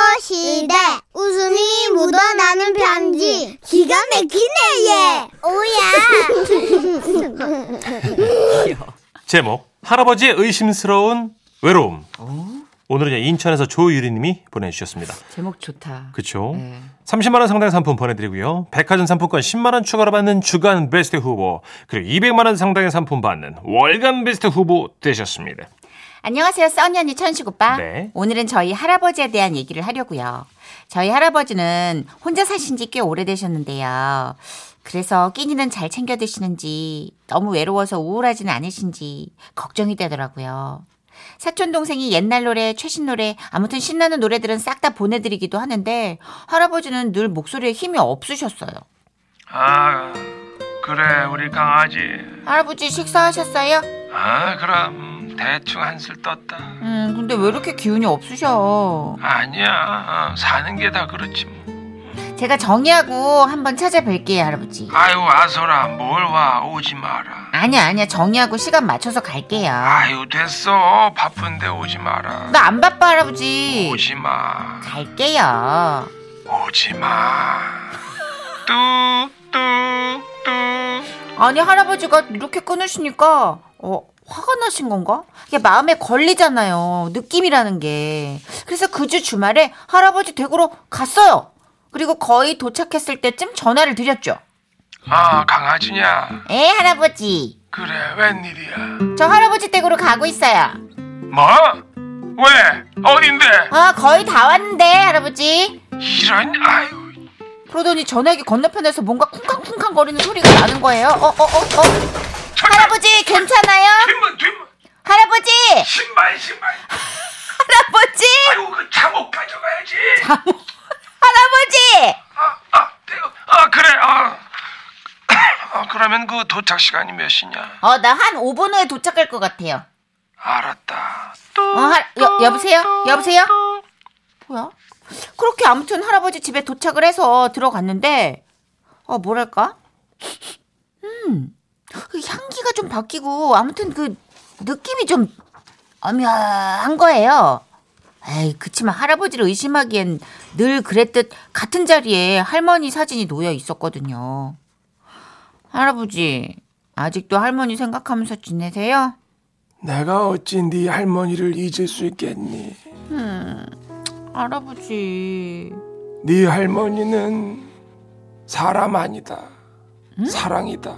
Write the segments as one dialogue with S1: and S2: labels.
S1: 편지인데 웃음이 묻어나는 편지 기가 막히네 얘 오야
S2: 제목 할아버지의 의심스러운 외로움. 오늘은 인천에서 조유리님이 보내주셨습니다.
S3: 제목 좋다.
S2: 그쵸?
S3: 네.
S2: 30만 원 상당의 상품 보내드리고요. 백화점 상품권 10만 원 추가로 받는 주간 베스트 후보 그리고 200만 원 상당의 상품 받는 월간 베스트 후보 되셨습니다.
S3: 안녕하세요, 써니 언니 천식 오빠.
S2: 네.
S3: 오늘은 저희 할아버지에 대한 얘기를 하려고요. 저희 할아버지는 혼자 사신 지 꽤 오래되셨는데요. 그래서 끼니는 잘 챙겨 드시는지 너무 외로워서 우울하지는 않으신지 걱정이 되더라고요. 사촌 동생이 옛날 노래, 최신 노래, 아무튼 신나는 노래들은 싹 다 보내드리기도 하는데 할아버지는 늘 목소리에 힘이 없으셨어요.
S4: 아 그래 우리 강아지
S3: 할아버지 식사하셨어요?
S4: 아 그럼 대충 한술 떴다
S3: 음, 근데 왜 이렇게 기운이 없으셔?
S4: 아니야 어, 사는 게 다 그렇지 뭐.
S3: 제가 정의하고 한번 찾아뵐게요, 할아버지.
S4: 아유 아소라 뭘 와 오지 마라
S3: 아니야, 아니야. 정의하고 시간 맞춰서 갈게요.
S4: 아유 됐어 바쁜데 오지 마라
S3: 나 안 바빠, 할아버지.
S4: 오지 마
S3: 갈게요.
S4: 오지 마뚝뚝뚝
S3: 아니, 할아버지가 이렇게 끊으시니까, 어, 화가 나신 건가? 이게 마음에 걸리잖아요. 느낌이라는 게. 그래서 그 주 주말에 할아버지 댁으로 갔어요. 그리고 거의 도착했을 때쯤 전화를 드렸죠.
S4: 아 강아지냐
S3: 에, 할아버지.
S4: 그래 웬일이야
S3: 저 할아버지 댁으로 가고 있어요.
S4: 뭐? 왜? 어딘데?
S3: 아, 거의 다 왔는데, 할아버지.
S4: 이런 아유
S3: 그러더니 전화기 건너편에서 뭔가 쿵쾅쿵쾅 거리는 소리가 나는 거예요. 어, 어, 어, 어. 할아버지, 괜찮아요?
S4: 뒷문 뒷문
S3: 할아버지!
S4: 신발 신발
S3: 할아버지!
S4: 아이고 그 잠옷 가져가야지.
S3: 아, 뭐. 할아버지!
S4: 아, 아, 내가- 아 그래. 아. 아, 그러면 그 도착 시간이 몇 시냐?
S3: 어, 나 한 5분 후에 도착할 것 같아요.
S4: 알았다.
S3: 어, 할, 여, 여보세요? 여보세요? 뭐야? 그렇게 아무튼 할아버지 집에 도착을 해서 들어갔는데, 어, 뭐랄까? 음, 그 향기가 좀 바뀌고, 아무튼 그 느낌이 좀 엄연한 거예요. 에이, 그치만 할아버지를 의심하기엔 늘 그랬듯 같은 자리에 할머니 사진이 놓여 있었거든요. 할아버지, 아직도 할머니 생각하면서 지내세요?
S4: 내가 어찌 네 할머니를 잊을 수 있겠니?
S3: 할아버지.
S4: 네 할머니는 사람 아니다. 사랑이다.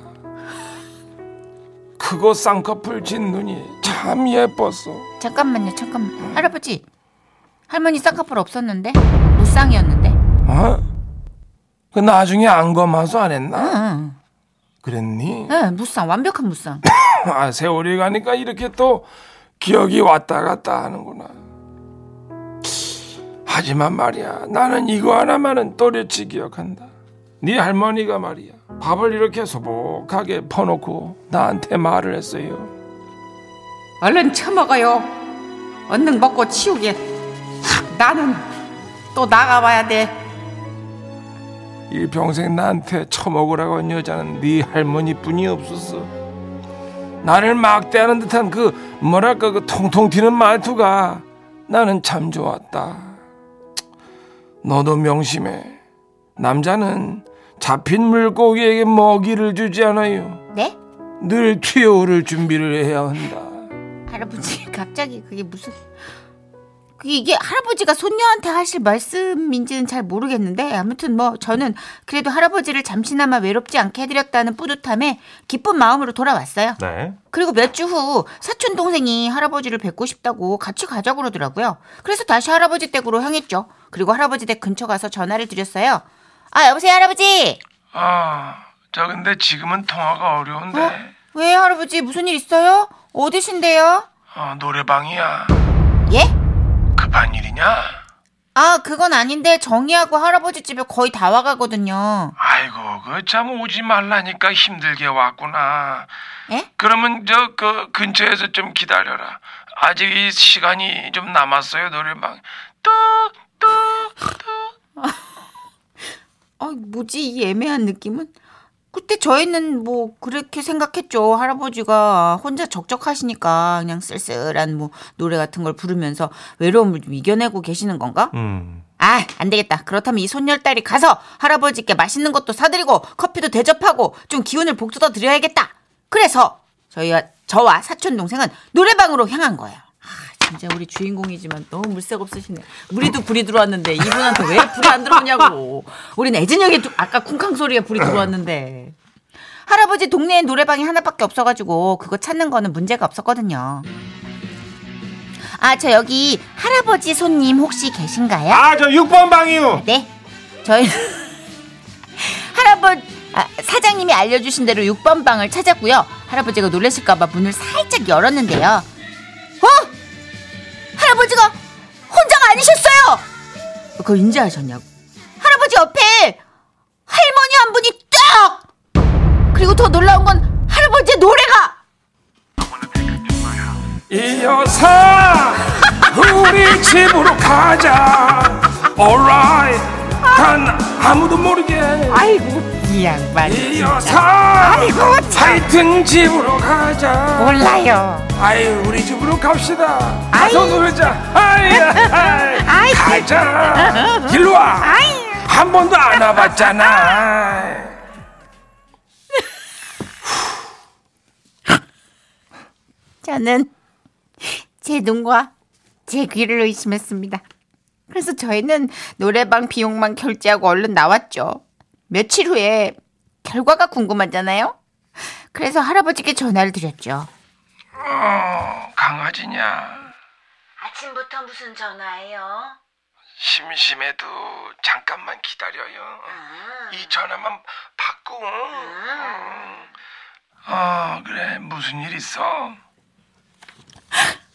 S4: 그거 쌍꺼풀 진 눈이 참 예뻤어.
S3: 잠깐만요, 잠깐만. 할아버지, 할머니 쌍꺼풀 없었는데? 무쌍이었는데?
S4: 어? 그 나중에 안검하수 안 했나?
S3: 응,
S4: 그랬니?
S3: 응, 무쌍, 완벽한 무쌍.
S4: 아, 세월이 가니까 이렇게 또 기억이 왔다 갔다 하는구나. 하지만 말이야, 나는 이거 하나만은 또렷이 기억한다. 네 할머니가 말이야, 밥을 이렇게 소복하게 퍼놓고 나한테 말을 했어요.
S5: 얼른 처먹어요. 얼른 먹고 치우게. 나는 또 나가봐야 돼.
S4: 일평생 나한테 처먹으라고 한 여자는 네 할머니뿐이 없었어. 나를 막대하는 듯한 그 뭐랄까 그 통통 튀는 말투가 나는 참 좋았다. 너도 명심해. 남자는 잡힌 물고기에게 먹이를 주지 않아요.
S3: 네?
S4: 늘 튀어오를 준비를 해야 한다.
S3: 할아버지, 갑자기 그게 무슨. 그게 이게 할아버지가 손녀한테 하실 말씀인지는 잘 모르겠는데, 아무튼 뭐, 저는 그래도 할아버지를 잠시나마 외롭지 않게 해드렸다는 뿌듯함에 기쁜 마음으로 돌아왔어요.
S2: 네.
S3: 그리고 몇 주 후 사촌 동생이 할아버지를 뵙고 싶다고 같이 가자고 그러더라고요. 그래서 다시 할아버지 댁으로 향했죠. 그리고 할아버지 댁 근처 가서 전화를 드렸어요. 아 여보세요 할아버지.
S4: 아, 저 근데 지금은 통화가 어려운데.
S3: 왜 할아버지 무슨 일 있어요? 어디신데요?
S4: 어, 노래방이야.
S3: 예?
S4: 급한 일이냐?
S3: 아 그건 아닌데 정희하고 할아버지 집에 거의 다 와가거든요.
S4: 아이고 그 참 오지 말라니까 힘들게 왔구나.
S3: 예?
S4: 그러면 저 그 근처에서 좀 기다려라. 아직 이 시간이 좀 남았어요 노래방. 뚝뚝.
S3: 아 뭐지 이 애매한 느낌은? 그때 저희는 뭐 그렇게 생각했죠. 할아버지가 혼자 적적하시니까 그냥 쓸쓸한 뭐 노래 같은 걸 부르면서 외로움을 좀 이겨내고 계시는 건가?
S2: 음.
S3: 아, 안 되겠다. 그렇다면 이 손녀딸이 가서 할아버지께 맛있는 것도 사드리고 커피도 대접하고 좀 기운을 북돋아 드려야겠다. 그래서 저희와 저와 사촌 동생은 노래방으로 향한 거예요. 아, 진짜 우리 주인공이지만 너무 물색 없으시네. 우리도 불이 들어왔는데 이분한테 왜 불이 안 들어오냐고. 우린 애진혁의 두- 아까 쿵쾅 소리에 불이 들어왔는데. 할아버지 동네에 노래방이 하나밖에 없어가지고 그거 찾는 거는 문제가 없었거든요. 아, 저 여기 할아버지 손님 혹시 계신가요?
S2: 아, 저 6번 방이요.
S3: 네. 저희 할아버지 아, 사장님이 알려주신 대로 6번 방을 찾았고요. 할아버지가 놀라실까봐 문을 살짝 열었는데요. 어? 할아버지가 혼자가 아니셨어요. 그걸 인지하셨냐고. 할아버지 옆에 할머니 한 분이 딱. 그리고 더 놀라운 건 할아버지의 노래가
S4: 이 여사 우리 집으로 가자 alright 단 아무도 모르게
S5: 아이고 이 양반
S4: 이 여사
S5: 아이고 참
S4: 하여튼 집으로 가자
S5: 몰라요.
S4: 아유 우리 집으로 갑시다 가서 놀자 아이 아이 가자 일로 와한 번도 안 와봤잖아
S5: 저는 제 눈과 제 귀를 의심했습니다. 그래서 저희는 노래방 비용만 결제하고 얼른 나왔죠. 며칠 후에 결과가 궁금하잖아요. 그래서 할아버지께 전화를 드렸죠.
S4: 어, 강아지냐
S6: 아침부터 무슨 전화예요?
S4: 심심해도 잠깐만 기다려요
S6: 아.
S4: 이 전화만 받고 어 그래 무슨 일 있어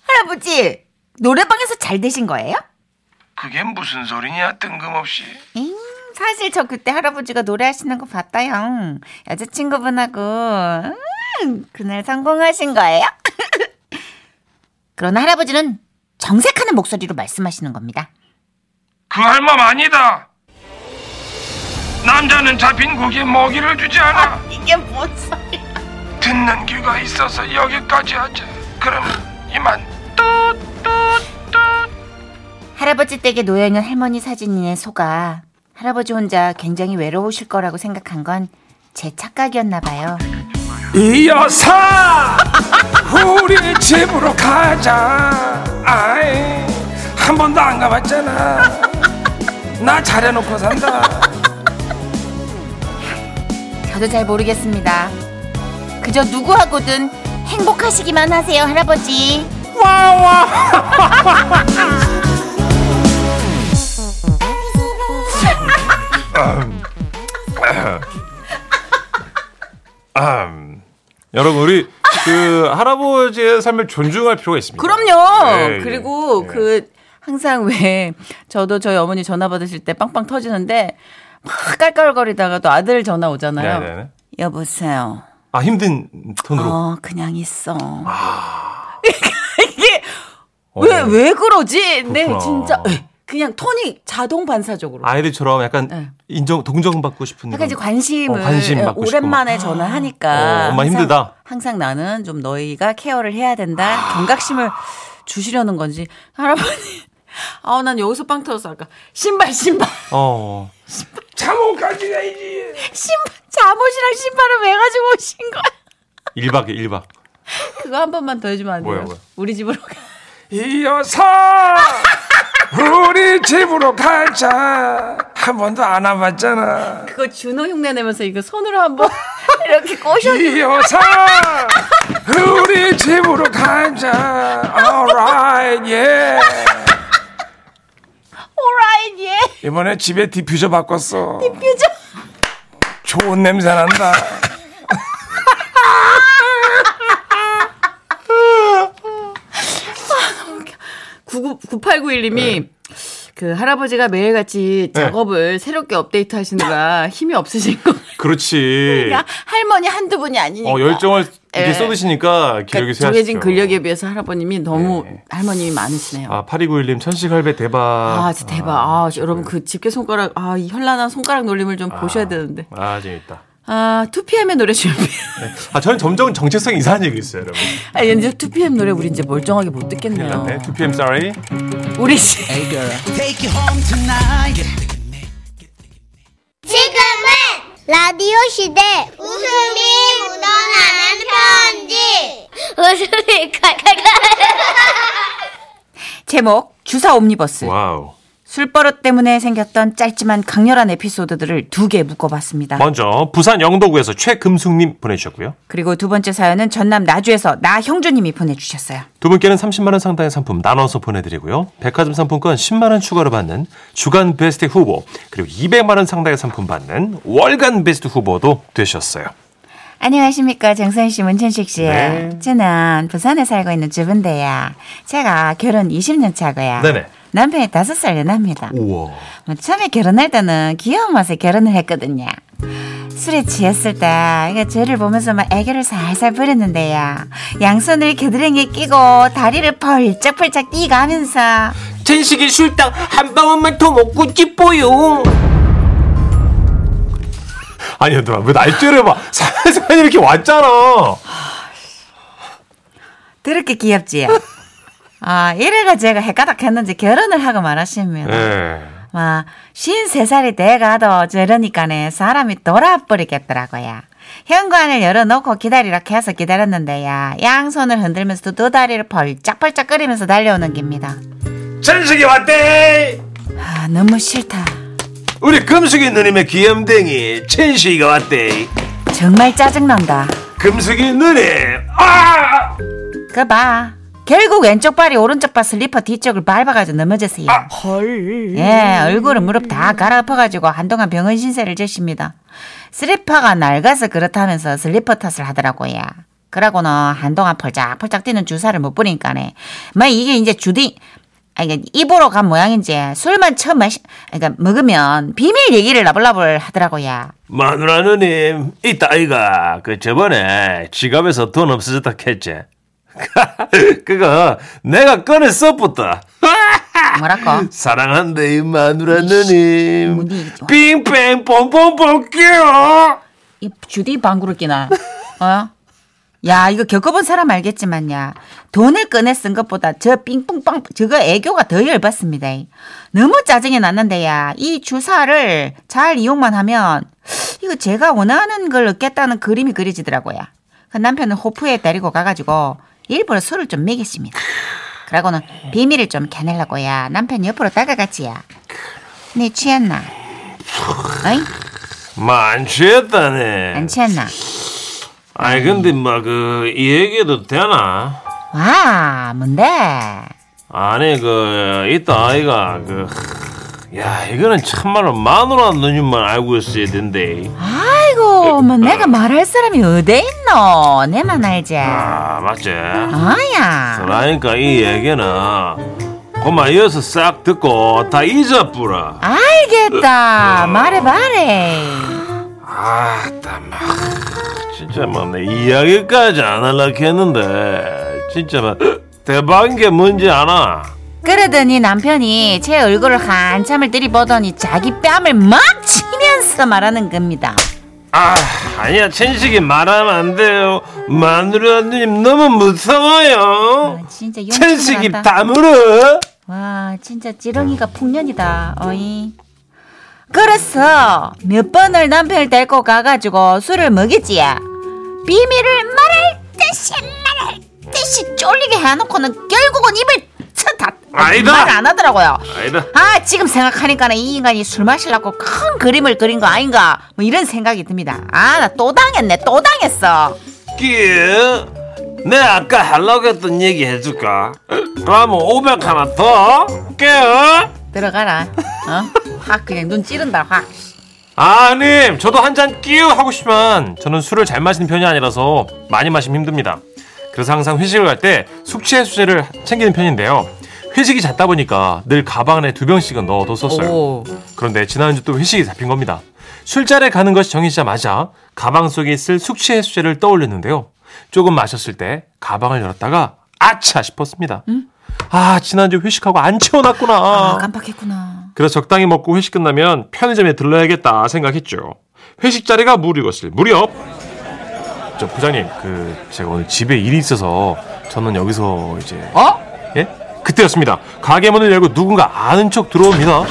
S3: 할아버지 노래방에서 잘 되신 거예요?
S4: 그게 무슨 소리냐 뜬금없이
S3: 잉, 사실 저 그때 할아버지가 노래하시는 거 봤다요. 여자친구분하고 음, 그날 성공하신 거예요? 그러나 할아버지는 정색하는 목소리로 말씀하시는 겁니다.
S4: 그 할 맘 아니다. 남자는 잡힌 고기에 먹이를 주지 않아.
S3: 이게 뭔 소리야?
S4: 듣는 귀가 있어서 여기까지 하자. 그럼 이만 뚜뚜뚜.
S3: 할아버지 댁에 놓여있는 할머니 사진에 속아 할아버지 혼자 굉장히 외로우실 거라고 생각한 건 제 착각이었나 봐요.
S4: 이 여사, 우리 집으로 가자. 아이, 한 번도 안 가봤잖아. 나 잘해놓고 산다.
S3: 저도 잘 모르겠습니다. 그저 누구하고든 행복하시기만 하세요, 할아버지.
S2: 아흠. 여러분 우리 그 할아버지의 삶을 존중할 필요가 있습니다.
S7: 그럼요.
S2: 예, 예.
S7: 그리고
S2: 예.
S7: 그 항상 왜 저도 저희 어머니 전화 받으실 때 빵빵 터지는데 막 깔깔거리다가 또 아들 전화 오잖아요.
S2: 네, 네, 네.
S7: 여보세요.
S2: 아 힘든 톤으로.
S7: 어 그냥 있어. 그러니까 이게 왜 왜
S2: 아. 어.
S7: 그러지? 네
S2: 그렇구나.
S7: 진짜 에, 그냥 톤이 자동 반사적으로.
S2: 아이들처럼 약간 인정 동정받고 싶은
S7: 네. 약간 이제
S2: 그런-
S7: 관심을
S2: 어, 관심 받고
S7: 오랜만에 전화하니까
S2: 어, 엄마 힘들다.
S7: 항상 나는 좀 너희가 케어를 해야 된다. 경각심을 주시려는 건지 할아버지. 아우 난 여기서 빵 터졌어 아까 신발 신발
S2: 어.
S4: 잠옷까지 가야지.
S7: 신발 잠옷이랑 신발을 왜 가지고 오신 거야?
S2: 1박 2일 1박.
S7: 그거 한 번만 더 해주면 안 돼요?
S2: 뭐야, 뭐야?
S7: 우리 집으로 가.
S4: 이 여사 우리 집으로 가자 한 번도 안 와봤잖아
S7: 그거 준호 흉내 내면서 이거 손으로 한번 이렇게 꼬셔.
S4: 이 여사 우리 집으로 가자 alright yeah
S7: 오라인 예.
S4: 이번에 집에 디퓨저 바꿨어 디퓨저 좋은 냄새 난다
S7: 구구 9891님이 그 할아버지가 매일같이
S2: 네.
S7: 작업을 새롭게 업데이트 하시느라 힘이 없으신 거.
S2: 그렇지.
S7: 그러니까 할머니 한두 분이 아니니까.
S2: 예. 어 열정을 이렇게
S7: 예.
S2: 쏟으시니까 기력이
S7: 그러니까
S2: 쇠하시죠.
S7: 정해진 근력에 비해서 할아버님이 너무
S2: 예.
S7: 할머님이 많으시네요. 아.
S2: 아 8291님 천식할배 대박.
S7: 진짜
S2: 아,
S7: 아, 대박. 아, 여러분 그 집게 손가락, 아, 이 현란한 손가락 놀림을 좀 보셔야 되는데.
S2: 아 재밌다.
S7: 아, 2PM의 노래 준비.
S2: 아, 저는 점점 정체성 이상한 얘기 있어요, 여러분.
S7: 아, 이제 2PM 노래 우리 이제 멀쩡하게 못
S2: 큰일
S7: 듣겠네요.
S2: 났네. 2PM sorry.
S7: 우리 씨.
S1: 지금은 라디오 시대 웃음이 묻어나는 편지 웃음이 칼칼칼
S3: 제목 주사 옴니버스.
S2: 와우.
S3: 술버릇 때문에 생겼던 짧지만 강렬한 에피소드들을 두 개 묶어봤습니다.
S2: 먼저 부산 영도구에서 최금숙님 보내주셨고요.
S3: 그리고 두 번째 사연은 전남 나주에서 나형주님이 보내주셨어요.
S2: 두 분께는 30만 원 상당의 상품 나눠서 보내드리고요. 백화점 상품권 10만 원 추가로 받는 주간 베스트 후보 그리고 200만 원 상당의 상품 받는 월간 베스트 후보도 되셨어요.
S3: 안녕하십니까 정선 씨, 문천식 씨.
S2: 네.
S3: 저는 부산에 살고 있는 주부인데요. 제가 결혼 20년 차고요.
S2: 네네.
S3: 남편이 5살 연합니다.
S2: 우와.
S3: 뭐 처음에 결혼할 때는 귀여운 맛에 결혼을 했거든요. 술에 취했을 때 이게 저를 보면서 막 애교를 살살 부렸는데요. 양손을 겨드랑이에 끼고 다리를 펄쩍펄쩍 뛰가면서
S4: 천식이 술당 한 방울만 더 먹고 싶어요.
S2: 아니 얘들아 왜 날짜를 봐. 사연 이렇게 왔잖아.
S3: 더럽게 귀엽지요. 아 이래가 제가 헷가닥했는지 결혼을 하고 말았습니다.
S2: 예.
S3: 와, 53살이 돼가도 저러니까는 사람이 돌아버리겠더라고요. 현관을 열어놓고 기다리라 해서 기다렸는데요. 양손을 흔들면서 두 다리를 벌짝벌짝 끓이면서 달려오는 깁니다.
S2: 천식이 왔대.
S3: 아, 너무 싫다.
S2: 우리 금숙이 누님의 귀염댕이 천식이가 왔대.
S3: 정말 짜증난다.
S2: 금숙이 누님. 아!
S3: 그 봐. 결국 왼쪽 발이 오른쪽 발 슬리퍼 뒤쪽을 밟아가지고 넘어졌어요. 헐. 예, 얼굴은 무릎 다 갈아엎어가지고 한동안 병원 신세를 졌습니다. 슬리퍼가 낡아서 그렇다면서 슬리퍼 탓을 하더라고요. 그러고는 한동안 펄짝펄짝 뛰는 주사를 못 뿌리니까네. 뭐 이게 이제 주디, 아, 이게 입으로 간 모양인지 술만 처음 마시, 그러니까 먹으면 비밀 얘기를 나불나불 하더라고요.
S2: 마누라 누님, 이따 아이가 그 저번에 지갑에서 돈 없어졌다 했지. 그거 내가 꺼내 썼었다.
S3: 뭐라고?
S2: 사랑한대 이 마누라 누님.
S3: 어디 이거?
S2: 빙뺑 뽕뽕 볼게요.
S3: 이 주디 방구를 끼나? 어? 야, 이거 겪어본 사람 알겠지만야. 돈을 꺼내 쓴 것보다 저 삥뿡빵, 저거 애교가 더 열받습니다. 너무 짜증이 났는데야. 이 주사를 잘 이용만 하면, 이거 제가 원하는 걸 얻겠다는 그림이 그려지더라고요. 그 남편은 호프에 데리고 가가지고, 일부러 술을 좀 먹였습니다. 그러고는 비밀을 좀 캐내려고야. 남편 옆으로 다가갔지야. 네, 취했나? 어이?
S2: 뭐안 취했다네.
S3: 안 취했나?
S2: 아니 근데 막 그 이 얘기도 되나?
S3: 와, 아, 뭔데?
S2: 아니 그 이따 아이가 그. 야 이거는 참말로 마누라 누님만 알고 있어야 된대.
S3: 아이고, 뭐 내가 말할 사람이 어디 있노? 내만 알지.
S2: 아 맞지?
S3: 아야.
S2: 그러니까 이 얘기는 고마 이어서 싹 듣고 다 잊어뿌라
S3: 알겠다. 말해 말해.
S2: 아따 막 진짜 뭐, 막내 이야기까지 안 하려고 했는데 진짜 막 대박인 게 뭔지 아나
S3: 그러더니 남편이 제 얼굴을 한참을 들이보더니 자기 뺨을 막 치면서 말하는 겁니다.
S2: 아 아니야 천식이 말하면 안 돼요 마누라 누님 너무 무서워요
S3: 아, 진짜
S2: 천식이
S3: 용기가
S2: 다물어
S3: 와, 진짜 지렁이가 풍년이다. 어이. 그래서 몇 번을 남편을 데리고 가가지고 술을 먹이지. 비밀을 말할 듯이 말할 듯이 쫄리게 해놓고는 결국은 입을 쳐다
S2: 아니다.
S3: 말안 하더라고요.
S2: 아니다
S3: 아 지금 생각하니까는 이 인간이 술 마시려고 큰 그림을 그린 거 아닌가 뭐 이런 생각이 듭니다. 아 나 또 당했네 또 당했어.
S2: 내 예? 네, 아까 하려고 했던 얘기 해줄까? 그러면 500 하나 더? 깨요?
S3: 들어가라. 어? 확 그냥 눈 찌른다 확.
S2: 아님 저도 한 잔 끼우 하고 싶지만 저는 술을 잘 마시는 편이 아니라서 많이 마시면 힘듭니다 그래서 항상 회식을 갈 때 숙취해소제를 챙기는 편인데요 회식이 잦다 보니까 늘 가방 안에 두 병씩은 넣어뒀었어요
S7: 오.
S2: 그런데 지난주 또 회식이 잡힌 겁니다. 술자리에 가는 것이 정해지자마자 가방 속에 있을 숙취해소제를 떠올렸는데요. 조금 마셨을 때 가방을 열었다가 아차 싶었습니다. 아 지난주 회식하고 안 채워놨구나.
S3: 아 깜빡했구나.
S2: 그래서 적당히 먹고 회식 끝나면 편의점에 들러야겠다 생각했죠. 회식 자리가 무료였을 무렵 저 부장님 그 제가 오늘 집에 일이 있어서 저는 여기서 이제
S4: 어?
S2: 예? 그때였습니다. 가게 문을 열고 누군가 아는 척 들어옵니다.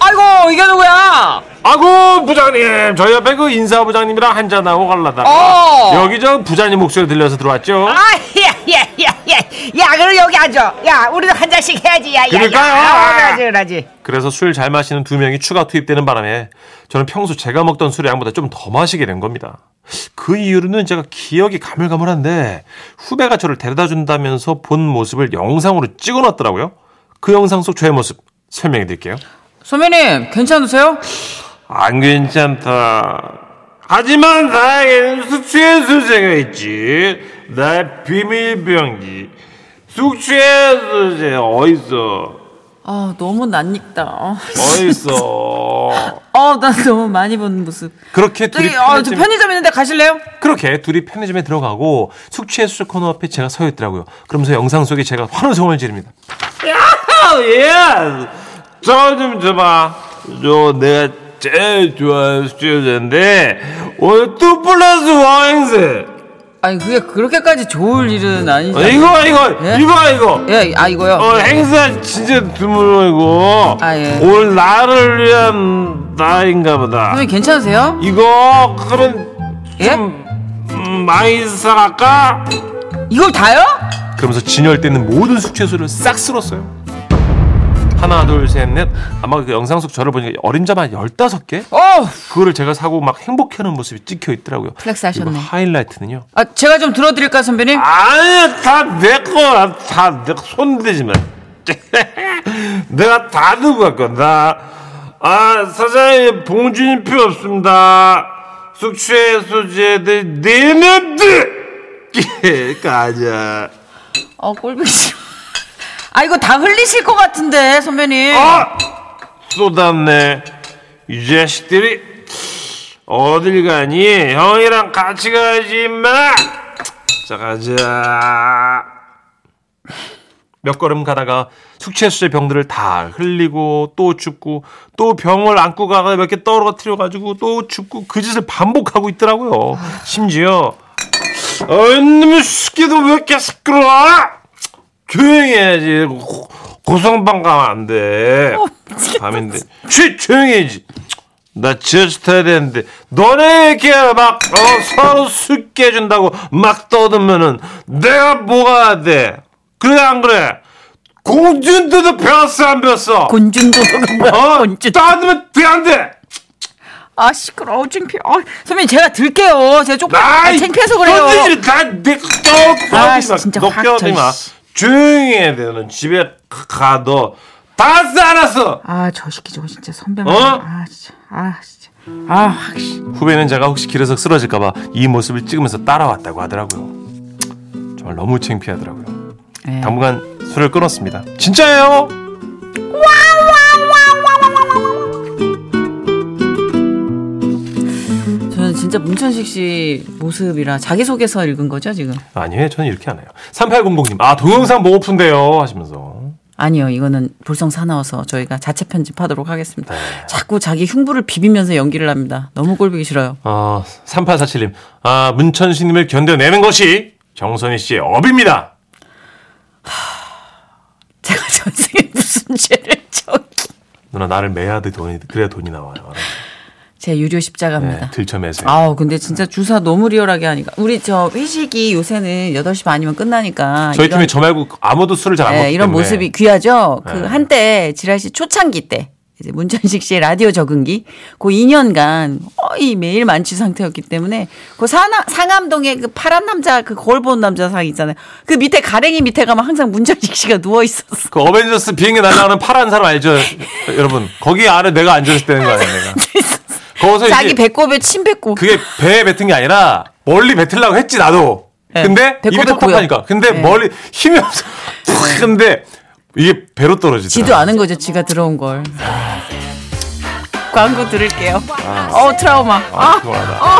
S7: 아이고 이게 누구야?
S2: 아고 부장님 저희 옆에 그 인사 부장님이랑 한잔하고 갈라다가
S7: 어.
S2: 여기 저 부장님 목소리 들려서
S3: 아,
S2: 들어왔죠.
S7: 아, 아야야야야야 야 그럼 여기 앉아 야 우리도 한 잔씩 해야지 야야
S2: 그러니까요.
S7: 야, 그러지 그러지
S2: 그래서 술 잘 마시는 두 명이 추가 투입되는 바람에 저는 평소 제가 먹던 술의 양보다 좀 더 마시게 된 겁니다. 그 이유로는 제가 기억이 가물가물한데 후배가 저를 데려다 준다면서 본 모습을 영상으로 찍어놨더라고요. 그 영상 속 저의 모습 설명해 드릴게요.
S7: 소매님 괜찮으세요?
S2: 안 괜찮다. 하지만 나에게는 숙취해소제가 있지. 나의 비밀병기. 숙취해소제 어딨어?
S7: 아 너무 낯익다 어,
S2: 어딨어?
S7: 어난 너무 많이 본 모습
S2: 그렇게 둘이
S7: 저기 어, 저
S2: 편의점-
S7: 편의점 있는데 가실래요?
S2: 그렇게 둘이 편의점에 들어가고 숙취해소 코너 앞에 제가 서 있더라고요. 그러면서 영상 속에 제가 환호성을 지릅니다. 야, 예! 저좀 줘봐. 저 내가 제일 좋아하는 숙취해소제인데 오늘 투 플러스 원 행세.
S7: 아니 그게 그렇게까지 좋을 일은 아니죠.
S2: 어, 이거 이거
S7: 예?
S2: 이거 이거
S7: 예, 아 이거요.
S2: 어 행사 진짜 드물어 이거
S7: 아, 예.
S2: 오늘 나를 위한 나인가 보다
S7: 선생님 괜찮으세요?
S2: 이거 그러면
S7: 예?
S2: 좀 음, 많이 사갈까?
S7: 이걸 다요?
S2: 그러면서 진열되는 모든 숙취수를 싹 쓸었어요 하나 둘 셋 넷 아마 그 영상 속 저를 보니까 어림잡아 15개?
S7: 어,
S2: 그거를 제가 사고 막 행복해하는 모습이 찍혀 있더라고요
S7: 플렉스 하셨네.
S2: 이거 하이라이트는요
S7: 아 제가 좀 들어드릴까 선배님?
S2: 아니 다 내 거야 다내손 대지 마 내가 다 들고 갈 거다 아 사장님 봉준이 필요 없습니다 숙취해 소재들 네명들 가자
S7: 어 꼴보기 싫어. 아 이거 다 흘리실 것 같은데 선배님.
S2: 아 쏟았네 이 자식들이 어딜 가니 형이랑 같이 가지 마자 가자 몇 걸음 가다가 숙취해수제 병들을 다 흘리고 또 줍고 또 병을 안고 가다가 몇 개 떨어뜨려가지고 또 줍고 그 짓을 반복하고 있더라고요 심지어 어이놈의 새끼도 왜 이렇게 시끄러워 조용히 해야지 고- 고성방 가면 안돼 밤인데 쉬 조용히 해야지 나 지어스타야 되는데 너네 이렇게 막 어, 서로 숙게 해준다고 막 떠들면은 내가 뭐가 돼 그래 안 그래 공준도도 배웠어 안 배웠어
S7: 곤준도
S2: 어? 따지면 돼안돼
S7: 아 시끄러워 창피. 아 선배님 제가 들게요. 제가 조금 아, 창피해서 그래요.
S2: 나내
S7: 아, 진짜 확
S2: 껴지
S7: 저,
S2: 마.
S7: 씨.
S2: 조용히 해야 돼. 너 집에 가도 다 알았어.
S7: 아 저 새끼 저거 진짜 선배만.
S2: 어?
S7: 아 진짜. 아 진짜. 아 확실.
S2: 후배는 제가 혹시 길에서 쓰러질까봐 이 모습을 찍으면서 따라왔다고 하더라고요. 정말 너무 창피하더라고요.
S7: 예.
S2: 당분간 술을 끊었습니다. 진짜예요?
S7: 저는 진짜 문천식 씨 모습이라 자기 소개서 읽은 거죠 지금?
S2: 아니에요. 저는 이렇게 안 해요. 3800님. 아 동영상 보고 푼대요 하시면서.
S7: 아니요, 이거는 불성 사나워서 저희가 자체 편집하도록 하겠습니다.
S2: 네.
S7: 자꾸 자기 흉부를 비비면서 연기를 합니다. 너무 꼴보기 싫어요.
S2: 어, 3847님. 아 문천식님을 견뎌내는 것이 정선희 씨의 업입니다.
S7: 제가 전생에 무슨 죄를 저기.
S2: 누나 나를 매야 돼 돈이 그래야 돈이 나와요.
S7: 제 유료
S2: 네,
S7: 십자가입니다.
S2: 들쳐 매세요.
S7: 아우, 근데 진짜 주사 너무 리얼하게 하니까. 우리 저 회식이 요새는 8시 반이면 끝나니까.
S2: 저희
S7: 이런-
S2: 팀에 저 말고 아무도 술을 잘 안
S7: 예,
S2: 먹기
S7: 이런
S2: 때문에
S7: 모습이 귀하죠. 그
S2: 네.
S7: 한때 지라 씨 초창기 때 이제 문천식 씨의 라디오 적응기 그 2년간 거의 매일 만취 상태였기 때문에 그 사나, 상암동에 그 파란 남자 그 거울 본 남자 상 있잖아요. 그 밑에 가랭이 밑에 가면 항상 문천식 씨가 누워 있었어.
S2: 그 어벤져스 비행기 날아가는 파란 사람 알죠? 여러분 거기 아래 내가 앉아있을 때는 거 아니야 내가. 거기서
S7: 자기
S2: 아, 이제
S7: 배꼽에 침 뱉고
S2: 그게 배에 뱉은 게 아니라 멀리 뱉으려고 했지 나도.
S7: 네,
S2: 근데
S7: 배꼽에
S2: 입이 텁텁하니까.
S7: 고여.
S2: 근데
S7: 네.
S2: 멀리 힘이 없어. 근데 이게 배로 떨어지더라.
S7: 지도 아는 거죠. 지가 들어온 걸. 광고 들을게요. 어 트라우마.
S2: 아, 피곤하다.